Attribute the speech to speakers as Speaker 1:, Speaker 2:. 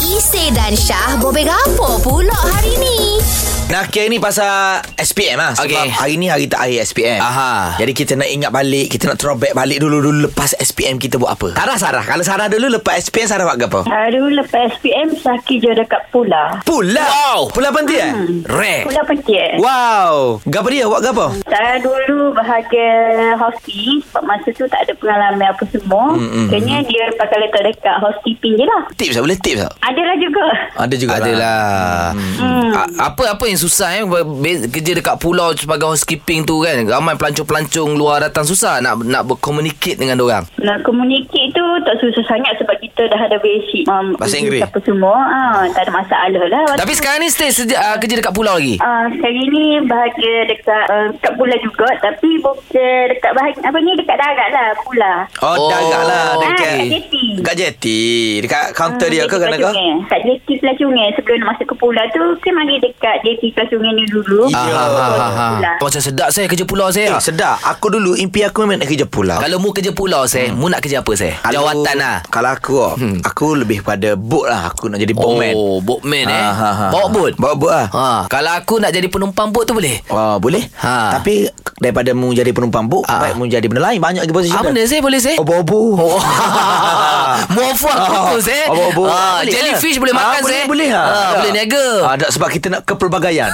Speaker 1: Isi dan Syah bobek apa pula hari ni?
Speaker 2: Nak kira ni pasal SPM lah Sebab
Speaker 3: Okey.
Speaker 2: hari ni hari terakhir SPM
Speaker 3: Aha.
Speaker 2: Jadi kita nak ingat balik Kita nak throwback balik dulu-dulu Lepas SPM kita buat apa Sarah Sarah Kalau Sarah dulu lepas SPM Sarah buat apa?
Speaker 4: Hari lepas SPM Saya kerja dekat Pula
Speaker 2: Pula
Speaker 3: Wow.
Speaker 2: Pula penting eh?
Speaker 3: Rare
Speaker 4: Pula Petir
Speaker 2: Wow Gapa dia buat gapa?
Speaker 4: Saya dulu bahagian hosti Sebab masa tu tak ada pengalaman apa semua mm, Kayaknya dia pakai letak dekat housekeeping je lah
Speaker 2: Tips tak? Boleh tips tak?
Speaker 4: Adalah juga
Speaker 2: Ada juga lah.
Speaker 3: Adalah hmm.
Speaker 2: Ah.
Speaker 3: A- Apa apa yang susah eh Be- be- Kerja dekat pulau Sebagai housekeeping tu kan Ramai pelancong-pelancong Luar datang susah Nak nak berkomunikate dengan orang.
Speaker 4: Nak komunikasi tu tak susah sangat Sebab kita dah ada basic um,
Speaker 2: Bahasa
Speaker 4: basic
Speaker 2: Inggeris?
Speaker 4: Apa semua ha, Tak ada masalah lah
Speaker 3: Tapi sekarang ni stay seja- uh, Kerja dekat pulau lagi
Speaker 4: Uh, sekarang ni bahagia dekat uh, dekat pula juga tapi bukan dekat bahagian apa ni dekat darat lah pula.
Speaker 2: Oh,
Speaker 3: Oh,
Speaker 2: oh darat lah
Speaker 3: ah,
Speaker 2: dekat,
Speaker 4: kat jeti.
Speaker 2: Dekat jeti Dekat kaunter dia ke
Speaker 4: Jeti
Speaker 2: kena ke?
Speaker 4: Pelancongan. Kat JT Pelah Sungai Sebelum nak masuk ke pulau tu Saya mari dekat JT Pelah Sungai ni dulu
Speaker 2: Ya.
Speaker 3: Ah,
Speaker 2: Ya.
Speaker 3: ah, ah, ah.
Speaker 4: Pulau.
Speaker 3: Macam sedap saya Kerja pulau saya
Speaker 2: Eh sedap Aku dulu impian aku memang nak kerja pula
Speaker 3: Kalau mu kerja pulau saya
Speaker 2: Hmm.
Speaker 3: Mu nak kerja apa saya
Speaker 2: Kalau-
Speaker 3: Jawatan lah
Speaker 2: Kalau aku hmm. Aku lebih pada boat lah Aku nak jadi boatman
Speaker 3: Oh boatman eh
Speaker 2: Ah, ah, ah.
Speaker 3: Bawa boat
Speaker 2: Bawa boat lah
Speaker 3: Ha, kalau aku nak jadi penumpang bot tu boleh.
Speaker 2: Oh, boleh
Speaker 3: Ha.
Speaker 2: Tapi Daripada mu jadi penumpang buk
Speaker 3: Ah.
Speaker 2: Baik mu jadi benda lain Banyak lagi posisi
Speaker 3: Ah,
Speaker 2: dia.
Speaker 3: benda saya boleh saya.
Speaker 2: Obo-obo Ah,
Speaker 3: Oh. Muafu aku tu saya.
Speaker 2: Obo-obo
Speaker 3: Ah,
Speaker 2: Boleh
Speaker 3: jellyfish
Speaker 2: ke?
Speaker 3: boleh
Speaker 2: Ah,
Speaker 3: makan
Speaker 2: boleh,
Speaker 3: saya.
Speaker 2: Boleh ha.
Speaker 3: Ah, boleh niaga.
Speaker 2: Ah, tak, Sebab kita nak kepelbagaian